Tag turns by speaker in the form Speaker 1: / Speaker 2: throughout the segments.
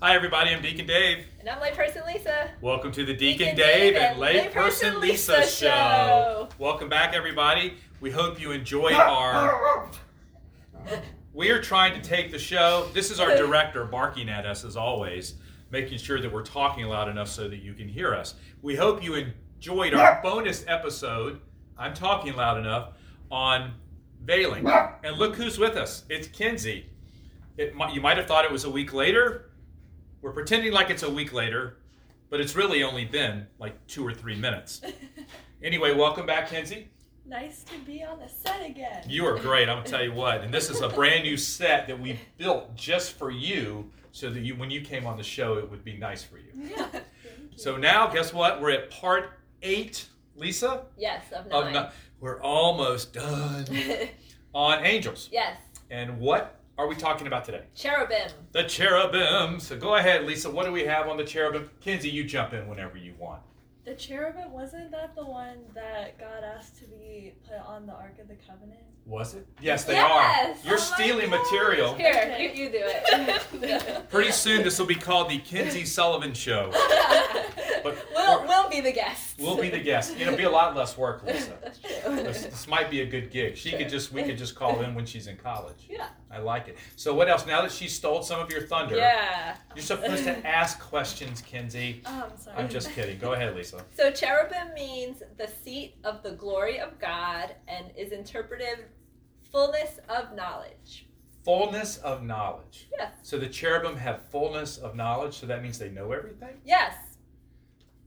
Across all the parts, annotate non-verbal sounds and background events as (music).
Speaker 1: Hi, everybody. I'm Deacon Dave.
Speaker 2: And I'm layperson Lisa.
Speaker 1: Welcome to the Deacon, Dave, and Layperson Lisa, show. Welcome back, everybody. We hope you (laughs) enjoyed our. We are trying to take the show. This is our director barking at us as always, making sure that we're talking loud enough so that you can hear us. We hope you enjoyed our bonus episode. I'm talking loud enough on veiling, and look who's with us. It's Kinsey. It, mi- you might have thought it was a week later, we're pretending like it's a week later, but it's really only been like two or three minutes. Anyway, welcome back, Kenzie.
Speaker 2: (laughs) Nice to be on the set again.
Speaker 1: You are great, I'm gonna tell you what. And this is a brand new set that we built just for you so that you when you came on the show it would be nice for you.
Speaker 2: (laughs) Yeah.
Speaker 1: So now guess what? We're at part eight, Lisa.
Speaker 2: yes, of
Speaker 1: of
Speaker 2: nine.
Speaker 1: ni- we're almost done
Speaker 3: (laughs)
Speaker 1: on angels.
Speaker 2: (laughs) yes,
Speaker 1: And what are we talking about today?
Speaker 2: cherubim.
Speaker 1: The cherubim. So go ahead, Lisa. What do we have on the cherubim? Kenzie, you jump in whenever you want.
Speaker 3: The cherubim wasn't that the one that God asked to be put on the Ark of the Covenant?
Speaker 1: Was it? Yes, they
Speaker 2: Yes!
Speaker 1: are. You're
Speaker 3: Oh my
Speaker 1: stealing
Speaker 3: gosh.
Speaker 1: material.
Speaker 2: Here,
Speaker 3: Okay.
Speaker 2: you, you do (laughs) it.
Speaker 1: Pretty soon, this will be called the Kinsey Sullivan Show. But
Speaker 2: we'll,
Speaker 1: we're-
Speaker 2: we'll be the guests.
Speaker 1: We'll be the guest. It'll be a lot less work,
Speaker 2: (laughs)
Speaker 1: Lisa.
Speaker 2: That's
Speaker 1: This,
Speaker 2: (laughs) true.
Speaker 1: this might be a good gig. She could
Speaker 2: Sure.
Speaker 1: just we could just call in when she's in college.
Speaker 2: Yeah.
Speaker 1: I like it. So what else? Now that she stole some of your thunder,
Speaker 2: Yeah.
Speaker 1: you're supposed to ask questions, Kinsey.
Speaker 3: Oh, I'm sorry.
Speaker 1: I'm just kidding. Go ahead, Lisa.
Speaker 2: So cherubim means the seat of the glory of God and is interpretive fullness of knowledge.
Speaker 1: Fullness of knowledge.
Speaker 2: Yes.
Speaker 1: So the cherubim have fullness of knowledge. So that means they know everything.
Speaker 2: Yes.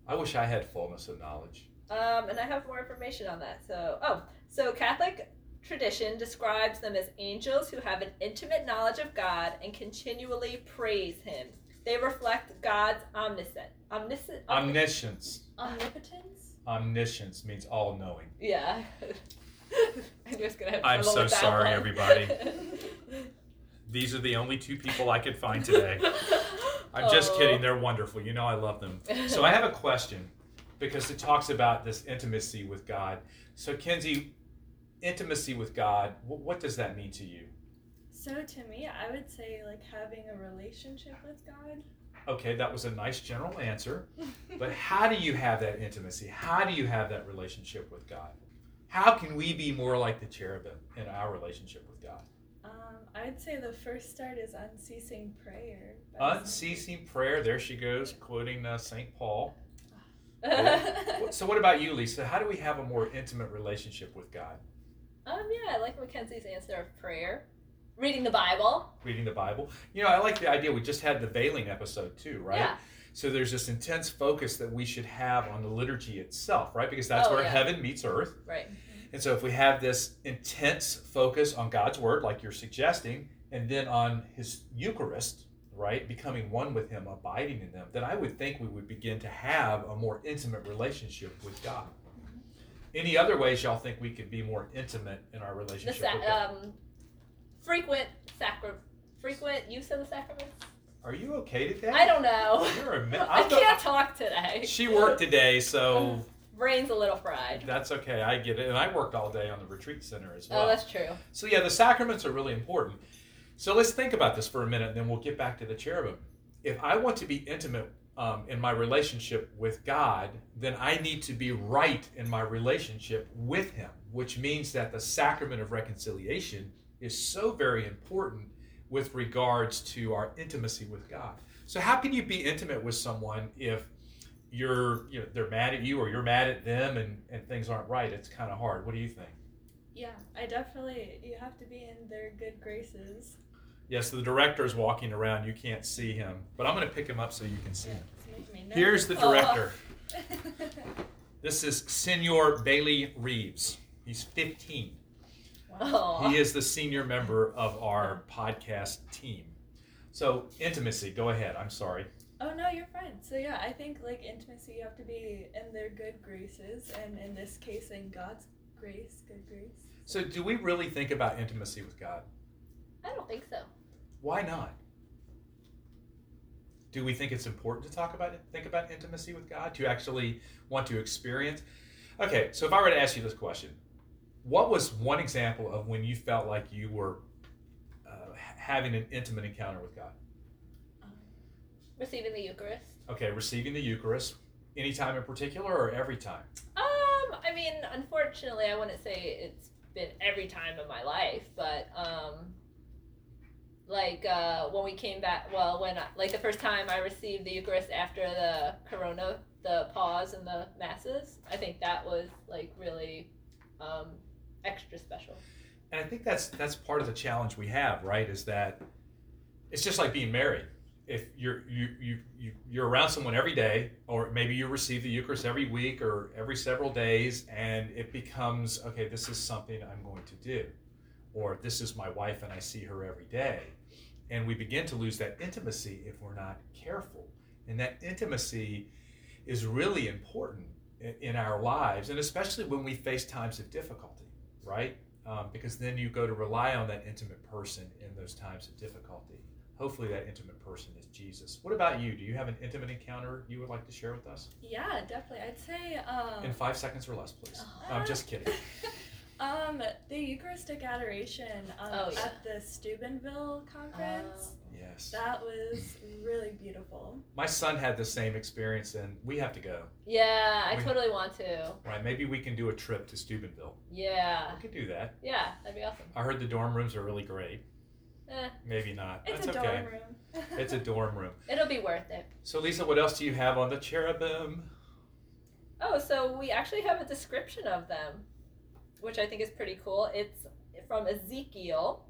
Speaker 1: I wish I had fullness of knowledge.
Speaker 2: Um, and I have more information on that. So, oh, so Catholic tradition describes them as angels who have an intimate knowledge of God and continually praise Him. They reflect God's omniscient, omniscient, omni-
Speaker 1: Omniscience.
Speaker 3: Omnipotence?
Speaker 1: Omniscience means all knowing.
Speaker 2: yeah. (laughs) I'm just gonna. Have
Speaker 1: I'm
Speaker 2: trouble
Speaker 1: so
Speaker 2: with that
Speaker 1: sorry,
Speaker 2: one. (laughs)
Speaker 1: everybody. These are the only two people I could find today. I'm just
Speaker 2: Oh.
Speaker 1: kidding. They're wonderful. You know I love them. So I
Speaker 2: (laughs)
Speaker 1: have a question because it talks about this intimacy with God. So, Kenzie, intimacy with God, wh- what does that mean to you?
Speaker 3: (laughs) So to me, I would say like having a relationship with God.
Speaker 1: Okay, that was a nice general answer. But how do you have that intimacy? How do you have that relationship with God? How can we be more like the cherubim in our relationship with God?
Speaker 3: um, I would say the first start is unceasing prayer. by
Speaker 1: Unceasing prayer. There she goes, quoting uh, St. Paul.
Speaker 2: um,
Speaker 1: So, what about you, Lisa? How do we have a more intimate relationship with God?
Speaker 2: Um, yeah, I like Mackenzie's answer of prayer, reading the Bible.
Speaker 1: Reading the Bible? You know, I like the idea. We just had the veiling episode, too, right?
Speaker 2: Yeah.
Speaker 1: So, there's this intense focus that we should have on the liturgy itself, right? Because that's
Speaker 2: Oh,
Speaker 1: where
Speaker 2: yeah.
Speaker 1: heaven meets earth.
Speaker 2: Right.
Speaker 1: And so, if we have this intense focus on God's word, like you're suggesting, and then on his Eucharist, right? Becoming one with him, abiding in them, then I would think we would begin to have a more intimate relationship with God. Any other ways y'all think we could be more intimate in our
Speaker 2: The
Speaker 1: relationship with God?
Speaker 2: sa- um, frequent sacra- frequent use of the sacraments.
Speaker 1: Are you okay today?
Speaker 2: uh, I don't know.
Speaker 1: You're a me-
Speaker 2: (laughs) I
Speaker 1: I'm the-
Speaker 2: can't talk today.
Speaker 1: She worked today, so
Speaker 2: Brain's a little fried.
Speaker 1: that's okay. I get it. And I worked all day on the retreat center as well.
Speaker 2: Oh, that's true.
Speaker 1: so yeah, the sacraments are really important. So let's think about this for a minute, and then we'll get back to the cherubim. If I want to be intimate um, in my relationship with God, then I need to be right in my relationship with Him, which means that the sacrament of reconciliation is so very important with regards to our intimacy with God. So how can you be intimate with someone if you're you know, they're mad at you or you're mad at them and, and things aren't right? It's kind of hard. What do you think?
Speaker 3: Yeah, I definitely. You have to be in their good graces.
Speaker 1: Yes, the director's walking around. You can't see him, but I'm going to pick him up so you can see him.
Speaker 3: It's making me nervous.
Speaker 1: Here's the
Speaker 2: Oh.
Speaker 1: director. This is Senor Bailey Reeves. He's 15.
Speaker 3: Wow.
Speaker 2: Oh.
Speaker 1: He is the senior member of our podcast team. So, intimacy, go ahead. I'm sorry.
Speaker 3: (laughs) Oh no, you're fine. So yeah, I think like intimacy, you have to be in their good graces, and in this case, in God's grace, good grace.
Speaker 1: So, do we really think about intimacy with God?
Speaker 2: I don't think so.
Speaker 1: Why not? Do we think it's important to talk about it? Think about intimacy with God? Do you actually want to experience? Okay, so if I were to ask you this question, what was one example of when you felt like you were uh, ha- having an intimate encounter with God?
Speaker 3: Um,
Speaker 2: Receiving the Eucharist.
Speaker 1: Okay, receiving the Eucharist. Any time in particular or every time?
Speaker 2: Um, I mean, unfortunately, I wouldn't say it's been every time of my life, but um, like uh, when we came back, well, when I, like the first time I received the Eucharist after the Corona, the pause and the masses, I think that was like really um, extra special.
Speaker 1: And I think that's that's part of the challenge we have, right? Is that it's just like being married. If you're you you, you you're around someone every day, or maybe you receive the Eucharist every week or every several days, and it becomes okay. This is something I'm going to do, or this is my wife and I see her every day, and we begin to lose that intimacy if we're not careful. And that intimacy is really important in, in our lives, and especially when we face times of difficulty, right? Um, because then you go to rely on that intimate person in those times of difficulty. Hopefully, that intimate person is Jesus. What about you? Do you have an intimate encounter you would like to share with us?
Speaker 3: Yeah, definitely. I'd say um,
Speaker 1: In five seconds or less, please. No, I'm just
Speaker 3: (laughs)
Speaker 1: kidding.
Speaker 3: um, the Eucharistic adoration um,
Speaker 2: Oh, yeah. Oh.
Speaker 3: at the Steubenville conference.
Speaker 1: Yes.
Speaker 3: that was really beautiful.
Speaker 1: My son had the same experience, and we have to go.
Speaker 2: Yeah, I
Speaker 1: We-
Speaker 2: totally want to.
Speaker 1: Right? Maybe we can do a trip to Steubenville.
Speaker 2: Yeah,
Speaker 1: We could do that.
Speaker 2: yeah, that'd be awesome.
Speaker 1: I heard the dorm rooms are really great.
Speaker 2: Eh,
Speaker 1: Maybe not.
Speaker 3: It's
Speaker 1: That's
Speaker 3: a
Speaker 1: okay.
Speaker 3: dorm room. (laughs)
Speaker 1: It's a dorm room.
Speaker 2: it'll be worth it.
Speaker 1: So, Lisa, what else do you have on the cherubim?
Speaker 2: Oh, so we actually have a description of them, which I think is pretty cool. It's from Ezekiel.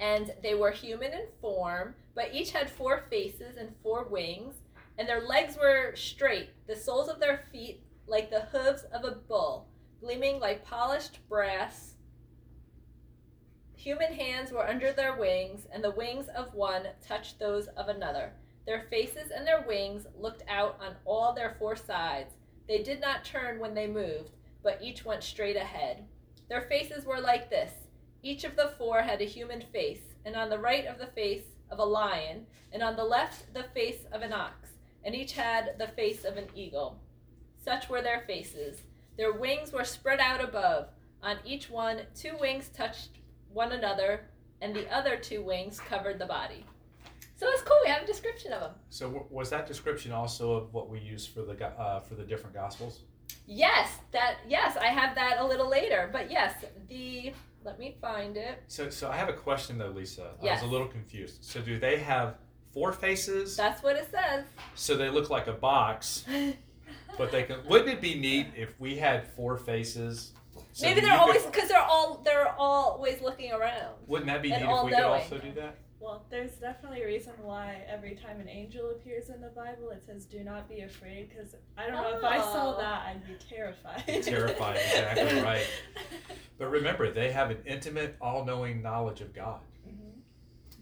Speaker 2: And they were human in form, but each had four faces and four wings, and their legs were straight, the soles of their feet like the hooves of a bull, gleaming like polished brass. Human hands were under their wings, and the wings of one touched those of another. Their faces and their wings looked out on all their four sides. They did not turn when they moved, but each went straight ahead. Their faces were like this. Each of the four had a human face, and on the right of the face of a lion, and on the left the face of an ox, and each had the face of an eagle. Such were their faces. Their wings were spread out above. On each one, two wings touched one another, and the other two wings covered the body. So it's cool. We have a description of them.
Speaker 1: So, w- was that description also of what we use for the go- uh, for the different gospels?
Speaker 2: Yes, that yes, I have that a little later. But yes, the let me find it.
Speaker 1: So, so I have a question though, Lisa.
Speaker 2: Yes.
Speaker 1: I was a little confused. So, do they have four faces?
Speaker 2: That's what it says.
Speaker 1: so they look like a box, but they can. Wouldn't it be neat if we had four faces? So
Speaker 2: Maybe
Speaker 1: that
Speaker 2: they're
Speaker 1: you could-
Speaker 2: always because they're all they're always looking around.
Speaker 1: Wouldn't that be neat
Speaker 2: and
Speaker 1: if we could
Speaker 2: all-knowing.
Speaker 1: also do that?
Speaker 3: Well, there's definitely a reason why every time an angel appears in the Bible, it says, "Do not be afraid," because I don't know if I saw
Speaker 2: Oh.
Speaker 3: that, I'd be terrified.
Speaker 1: Be
Speaker 3: (laughs)
Speaker 1: terrified, exactly
Speaker 2: (laughs)
Speaker 1: right. But remember, they have an intimate, all-knowing knowledge of God.
Speaker 3: Mhm.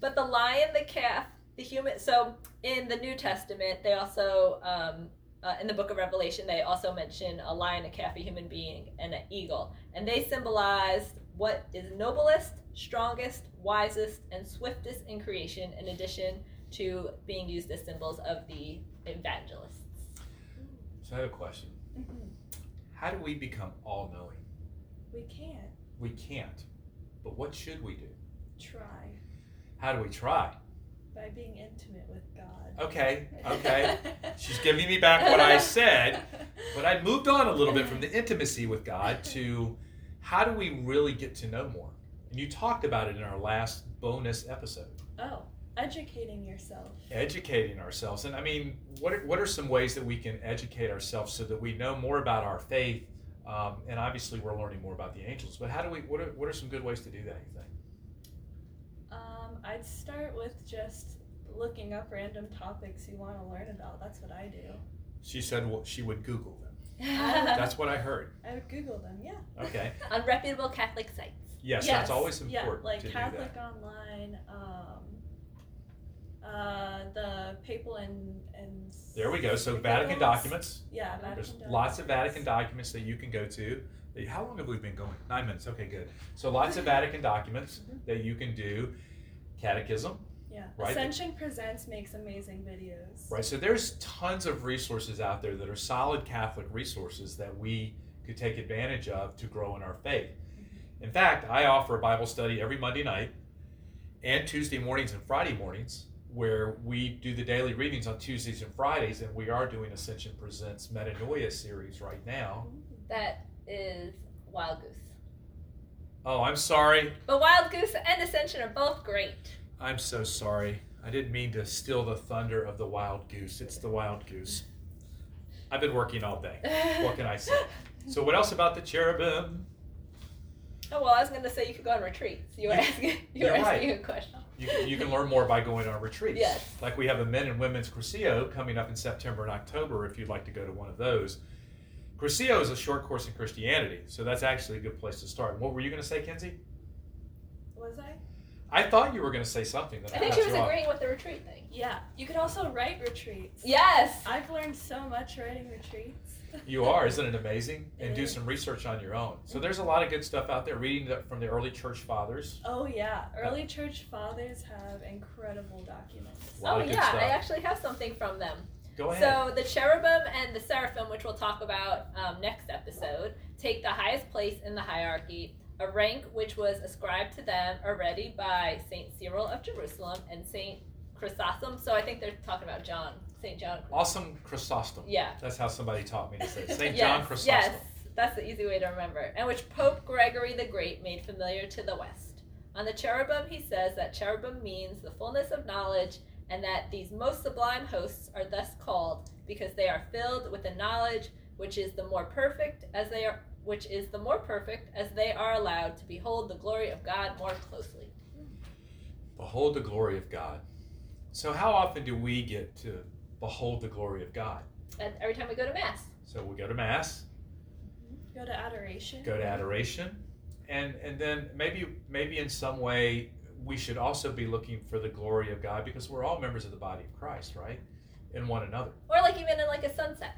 Speaker 2: But the lion, the calf, the human. So in the New Testament, they also um, uh, in the Book of Revelation, they also mention a lion, a calf, a human being, and an eagle, and they symbolized what is noblest, strongest, wisest, and swiftest in creation. In addition to being used as symbols of the evangelists.
Speaker 1: So I have a question:
Speaker 3: Mhm.
Speaker 1: How do we become all-knowing?
Speaker 3: We can't
Speaker 1: We can't. But what should we do?
Speaker 3: try
Speaker 1: How do we try?
Speaker 3: by being intimate with God.
Speaker 1: Okay,
Speaker 2: (laughs)
Speaker 1: okay. She's giving me back what I said. But I moved on a little bit from the intimacy with God to how do we really get to know more? And you talked about it in our last bonus episode,
Speaker 3: oh, educating yourself.
Speaker 1: educating ourselves. And I mean, what are, what are some ways that we can educate ourselves so that we know more about our faith? Um, and obviously, we're learning more about the angels. But how do we? What are, what are some good ways to do that? You think?
Speaker 3: Um, I'd start with just looking up random topics you want to learn about. That's what I do.
Speaker 1: She said well, she would Google them.
Speaker 2: That's
Speaker 3: Uh-huh.
Speaker 1: That's what I heard.
Speaker 3: I would Google them. Yeah.
Speaker 1: Okay.
Speaker 2: on reputable Catholic sites.
Speaker 1: Yes, that's always important
Speaker 3: Yeah, like
Speaker 1: to do that.
Speaker 3: Catholic Online, um, uh, the papal and and.
Speaker 1: There we go. So Vatican
Speaker 3: Papals.
Speaker 1: documents.
Speaker 3: Yeah, Vatican
Speaker 1: There's
Speaker 3: documents.
Speaker 1: lots of Vatican documents that you can go to. Hey, How long have we been going? Nine minutes. Okay, good. So lots of Vatican documents
Speaker 3: Mhm.
Speaker 1: that you can do. Catechism,
Speaker 3: Yeah,
Speaker 1: right?
Speaker 3: Ascension Presents makes amazing videos.
Speaker 1: right? So there's tons of resources out there that are solid Catholic resources that we could take advantage of to grow in our faith.
Speaker 3: Mm-hmm.
Speaker 1: In fact, I offer a Bible study every Monday night and Tuesday mornings and Friday mornings where we do the daily readings on Tuesdays and Fridays, and we are doing Ascension Presents Metanoia series right now.
Speaker 3: Mm-hmm.
Speaker 2: That is Wild Goose.
Speaker 1: Oh, I'm sorry.
Speaker 2: But Wild Goose and Ascension are both great.
Speaker 1: I'm so sorry. I didn't mean to steal the thunder of the wild goose. It's the wild goose. I've been working all day.
Speaker 2: (laughs)
Speaker 1: What can I say? So, what else about the cherubim?
Speaker 2: Oh well, I was going to say you could go on retreats. You were asking, you were
Speaker 1: You're right.
Speaker 2: asking a question.
Speaker 1: You, you can learn more by going on retreats.
Speaker 2: Yes.
Speaker 1: Like we have a men and women's Crucio coming up in September and October if you'd like to go to one of those. Crucio is a short course in Christianity, so that's actually a good place to start. What were you going to say, Kenzie?
Speaker 3: Was I?
Speaker 1: I thought you were going to say something. That
Speaker 2: I think
Speaker 1: cut
Speaker 2: she
Speaker 1: you
Speaker 2: was
Speaker 1: off.
Speaker 2: agreeing with the retreat thing.
Speaker 3: Yeah. You could also write retreats.
Speaker 2: Yes.
Speaker 3: I've learned so much writing retreats.
Speaker 1: You
Speaker 3: (laughs)
Speaker 1: are, isn't it amazing? And
Speaker 3: It
Speaker 1: do
Speaker 3: is.
Speaker 1: some research on your own. So there's a lot of good stuff out there. Reading the, from the early church fathers.
Speaker 3: Oh yeah, early church fathers have incredible documents.
Speaker 1: A lot
Speaker 2: oh
Speaker 1: of good
Speaker 2: yeah,
Speaker 1: stuff.
Speaker 2: I actually have something from them.
Speaker 1: Go ahead.
Speaker 2: So the cherubim and the seraphim, which we'll talk about um, next episode, take the highest place in the hierarchy, a rank which was ascribed to them already by Saint Cyril of Jerusalem and Saint Chrysostom. So I think they're talking about John, Saint John.
Speaker 1: awesome Chrysostom.
Speaker 2: Yeah.
Speaker 1: That's how somebody taught me to
Speaker 2: (laughs)
Speaker 1: say it. St.
Speaker 2: yes,
Speaker 1: John Chrysostom.
Speaker 2: Yes, that's the easy way to remember. And which Pope Gregory the Great made familiar to the West. On the cherubim, he says that cherubim means the fullness of knowledge, and that these most sublime hosts are thus called because they are filled with the knowledge which is the more perfect as they are which is the more perfect as they are allowed to behold the glory of God more closely.
Speaker 1: Behold the glory of God. So how often do we get to behold the glory of God?
Speaker 2: And every time we go to mass.
Speaker 1: So we go to mass,
Speaker 3: Go to adoration.
Speaker 1: go to adoration, and and then maybe maybe in some way we should also be looking for the glory of God because we're all members of the body of Christ, right? In one another.
Speaker 2: Or like even in like a sunset.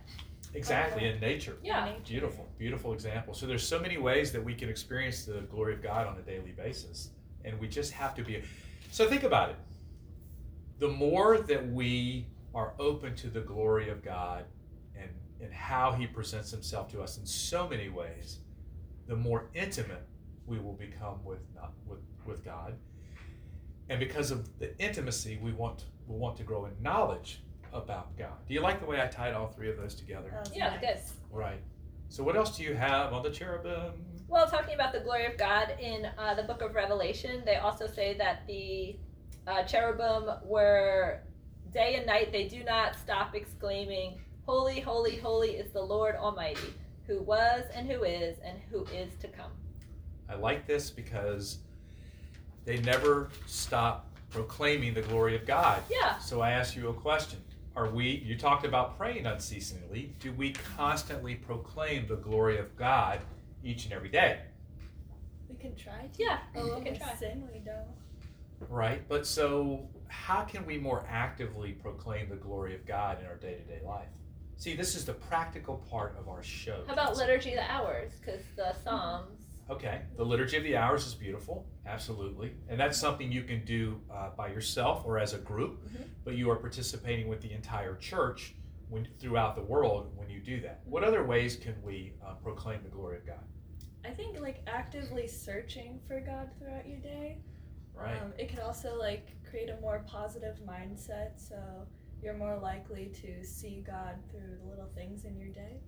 Speaker 1: Exactly, in nature.
Speaker 2: Yeah.
Speaker 3: Nature.
Speaker 1: Beautiful, beautiful example. So there's so many ways that we can experience the glory of God on a daily basis, and we just have to be. So think about it. The more that we are open to the glory of God and and how He presents Himself to us in so many ways, the more intimate we will become with not with with God. And because of the intimacy, we want we want to grow in knowledge about God. Do you like the way I tied all three of those together?
Speaker 3: That was
Speaker 2: Yeah,
Speaker 3: nice.
Speaker 2: good.
Speaker 1: Right. So what else do you have on the cherubim?
Speaker 2: Well, talking about the glory of God in uh, the book of Revelation, they also say that the uh, cherubim were day and night, they do not stop exclaiming, Holy, holy, holy is the Lord Almighty, who was and who is and who is to come.
Speaker 1: I like this because they never stop proclaiming the glory of God.
Speaker 2: Yeah.
Speaker 1: So I ask you a question. Are we you talked about praying unceasingly. Do we constantly proclaim the glory of God each and every day?
Speaker 3: We can try to.
Speaker 2: Yeah,
Speaker 3: Oh,
Speaker 2: we can try.
Speaker 3: sin we don't.
Speaker 1: Right? But so how can we more actively proclaim the glory of God in our day-to-day life? See, this is the practical part of our show.
Speaker 2: How about
Speaker 1: Kids.
Speaker 2: liturgy of the hours? Because the Psalms.
Speaker 1: Okay, the Liturgy of the Hours is beautiful, absolutely. And that's something you can do uh, by yourself or as a group,
Speaker 2: Mhm.
Speaker 1: but you are participating with the entire church when, throughout the world when you do that. What other ways can we uh, proclaim the glory of God?
Speaker 3: I think like actively searching for God throughout your day.
Speaker 1: Right?
Speaker 3: Um, it can also like create a more positive mindset, so you're more likely to see God through the little things in your day.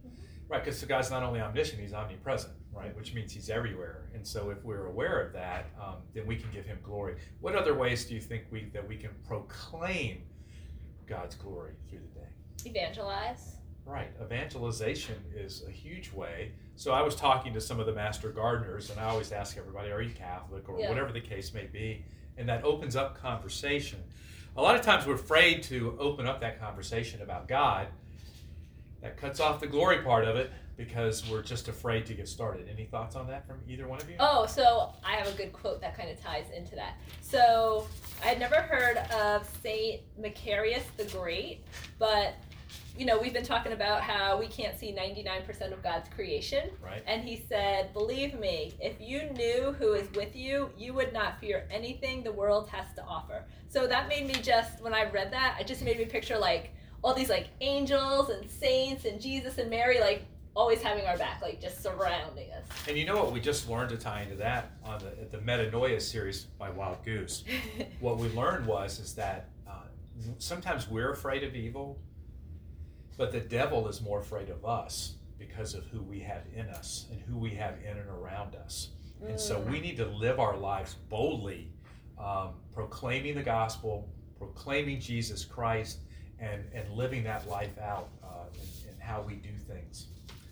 Speaker 1: Right, because the God's not only omniscient, he's omnipresent, right? Which means he's everywhere. And so if we're aware of that, um, then we can give him glory. What other ways do you think we that we can proclaim God's glory through the day?
Speaker 2: Evangelize.
Speaker 1: Right. Evangelization is a huge way. So I was talking to some of the master gardeners, and I always ask everybody, are you Catholic or
Speaker 2: Yeah.
Speaker 1: whatever the case may be? And that opens up conversation. A lot of times we're afraid to open up that conversation about God. That cuts off the glory part of it because we're just afraid to get started. Any thoughts on that from either one of you?
Speaker 2: Oh, so I have a good quote that kind of ties into that. So I had never heard of Saint Macarius the Great, but you know we've been talking about how we can't see 99% of God's creation,
Speaker 1: Right.
Speaker 2: and he said, "Believe me, if you knew who is with you, you would not fear anything the world has to offer." So that made me just when I read that, it just made me picture like all these like angels and saints and Jesus and Mary like always having our back, like just surrounding us.
Speaker 1: And you know what we just learned to tie into that on the, at the Metanoia series by Wild Goose? what we learned was is that uh, sometimes we're afraid of evil, but the devil is more afraid of us because of who we have in us and who we have in and around us. And so
Speaker 2: Mm.
Speaker 1: we need to live our lives boldly, um, proclaiming the gospel, proclaiming Jesus Christ, and, and living that life out uh, in, in how we do things.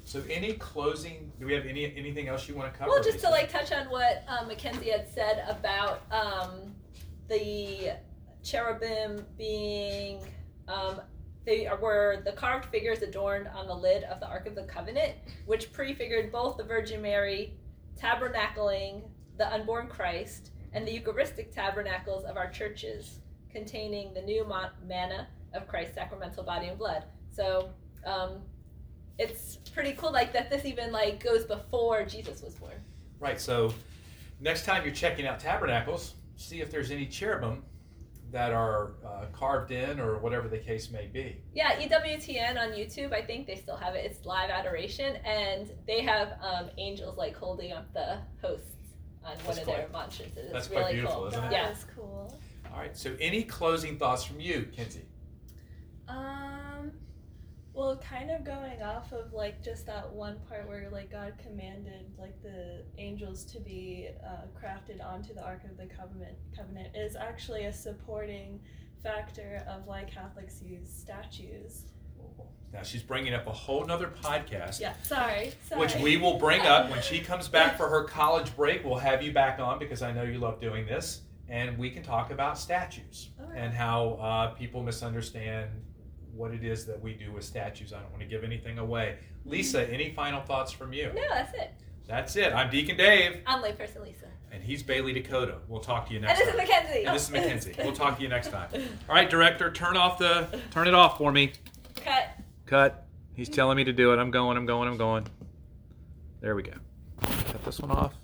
Speaker 1: So, any closing? Do we have any anything else you want to cover?
Speaker 2: Well, just
Speaker 1: Lisa?
Speaker 2: to like touch on what um, Mackenzie had said about um, the cherubim being, um, they were the carved figures adorned on the lid of the Ark of the Covenant, which prefigured both the Virgin Mary tabernacling the unborn Christ and the Eucharistic tabernacles of our churches, containing the new mon- manna of Christ's sacramental body and blood. So. Um, it's pretty cool like that this even like goes before jesus was born
Speaker 1: Right. So next time you're checking out tabernacles, see if there's any cherubim that are uh, carved in or whatever the case may be.
Speaker 2: yeah E ewtn on youtube i think they still have it it's live adoration and they have um, angels like holding up the hosts on one
Speaker 1: That's
Speaker 2: of
Speaker 1: quite-
Speaker 2: their monstrances it's
Speaker 1: that's quite
Speaker 2: really
Speaker 1: beautiful,
Speaker 2: cool
Speaker 1: isn't it?
Speaker 2: yeah
Speaker 3: That's cool.
Speaker 1: All right. So any closing thoughts from you, Kenzie?
Speaker 3: Um, well, kind of going off of like just that one part where like God commanded like the angels to be uh, crafted onto the Ark of the Covenant. Covenant is actually a supporting factor of why Catholics use statues.
Speaker 1: Now she's bringing up a whole nother podcast.
Speaker 3: Yeah, sorry, sorry.
Speaker 1: Which we will bring up when she comes back for her college break. We'll have you back on because I know you love doing this. And we can talk about statues
Speaker 3: All right.
Speaker 1: and how uh, people misunderstand what it is that we do with statues. I don't want to give anything away. Lisa,
Speaker 3: Mm-hmm.
Speaker 1: any final thoughts from you?
Speaker 2: no that's it
Speaker 1: That's it. I'm Deacon Dave,
Speaker 2: i'm layperson lisa
Speaker 1: and he's Bailey Dakota. We'll talk to you
Speaker 2: and
Speaker 1: next
Speaker 2: this is
Speaker 1: time.
Speaker 2: mackenzie (laughs)
Speaker 1: and this is Mackenzie. We'll talk to you next time. All right, director, turn off the turn it off for me.
Speaker 2: cut
Speaker 1: Cut. He's telling me to do it. I'm going. I'm going. I'm going. There we go. Cut this one off.